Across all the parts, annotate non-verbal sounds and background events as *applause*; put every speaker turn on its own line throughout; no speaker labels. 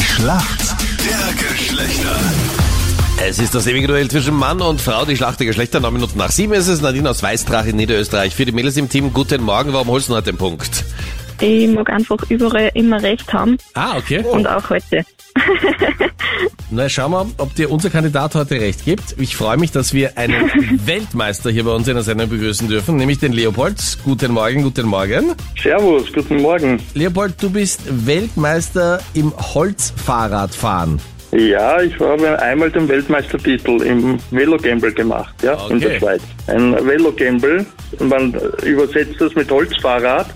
Schlacht der Geschlechter.
Es ist das ewige Duell zwischen Mann und Frau, die Schlacht der Geschlechter. Neun Minuten nach sieben ist es. Nadine aus Weistrach in Niederösterreich. Für die Mädels im Team, guten Morgen. Warum holst du heute den Punkt?
Ich mag einfach überall immer recht haben
Ah,
Oh.
okay.
und auch heute.
Na, schauen wir, ob dir unser Kandidat heute recht gibt. Ich freue mich, dass wir einen *laughs* Weltmeister hier bei uns in der Sendung begrüßen dürfen, nämlich den Leopold. Guten Morgen, guten Morgen.
Servus, guten Morgen.
Leopold, du bist Weltmeister im Holzfahrradfahren.
Ja, ich habe einmal den Weltmeistertitel im Velogamble gemacht, ja, in
Okay.
der Schweiz. Ein Velogamble, man übersetzt das mit Holzfahrrad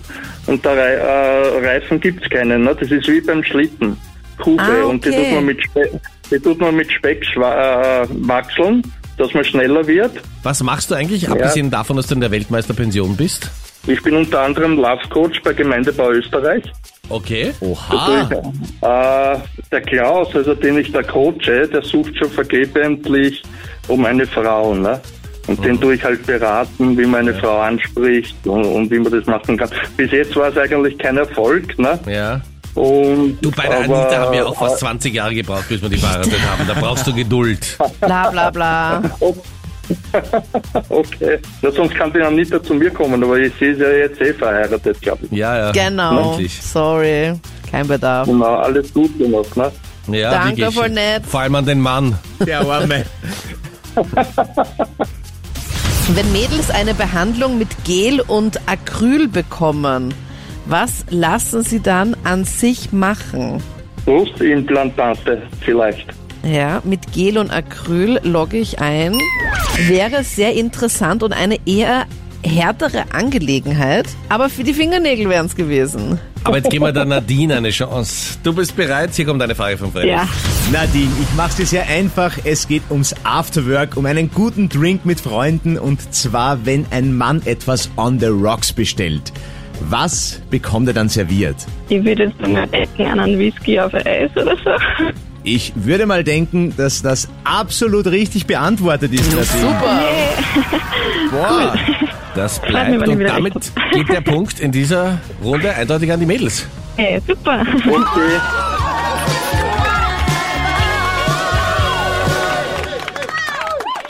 und da rei- äh, Reifen gibt's keinen, ne? das ist wie beim Schlitten. Kufe
Ah,
und die
okay.
tut man mit Speck, die tut man mit Speck schwa- äh, wachseln, dass man schneller wird.
Was machst du eigentlich, abgesehen davon, dass du in der Weltmeisterpension bist?
Ich bin unter anderem Love Coach bei Gemeindebau Österreich.
Okay.
*laughs*
Oha.
Äh, der Klaus, also den ich da coache, der sucht schon vergebentlich um eine Frau, ne? Und
Mhm.
den tue ich halt beraten, wie man eine Frau anspricht und, und wie man das machen kann. Bis jetzt war es eigentlich kein Erfolg, ne?
Ja.
Und,
Du, bei der
aber- äh,
Anita haben wir auch fast 20 Jahre gebraucht, bis wir die verheiratet haben. Da brauchst du Geduld.
Bla bla bla.
Ah, *laughs* Okay. Na, sonst kann die Anita zu mir kommen, aber ich sehe sie ja jetzt eh verheiratet, glaube ich.
Ja, ja.
Genau.
Wirklich.
Sorry. Kein Bedarf.
Genau, alles Gute noch, ne?
Ja,
Danke,
wirklich.
voll nett.
Vor allem an den Mann.
Der Arme.
Wenn Mädels eine Behandlung mit Gel und Acryl bekommen, was lassen sie dann an sich machen?
Brustimplantate vielleicht.
Ja, mit Gel und Acryl logge ich ein. Wäre sehr interessant und eine eher härtere Angelegenheit, aber für die Fingernägel wären es gewesen.
Aber jetzt geben wir der Nadine eine Chance. Du bist bereit? Hier kommt eine Frage von Freddy.
Ja,
Nadine, ich mach's dir sehr einfach. Es geht ums Afterwork, um einen guten Drink mit Freunden und zwar, wenn ein Mann etwas on the rocks bestellt. Was bekommt er dann serviert?
ich würde jetzt sagen, äh, gerne einen Whisky auf ein Eis oder so. *laughs*
Ich würde mal denken, dass das absolut richtig beantwortet ist, Nadine.
Super.
Boah.
Das
Schreib
bleibt
mir, wenn ich
und
wieder recht
damit geht der Punkt in dieser Runde eindeutig an die Mädels.
Hey, super.
Okay.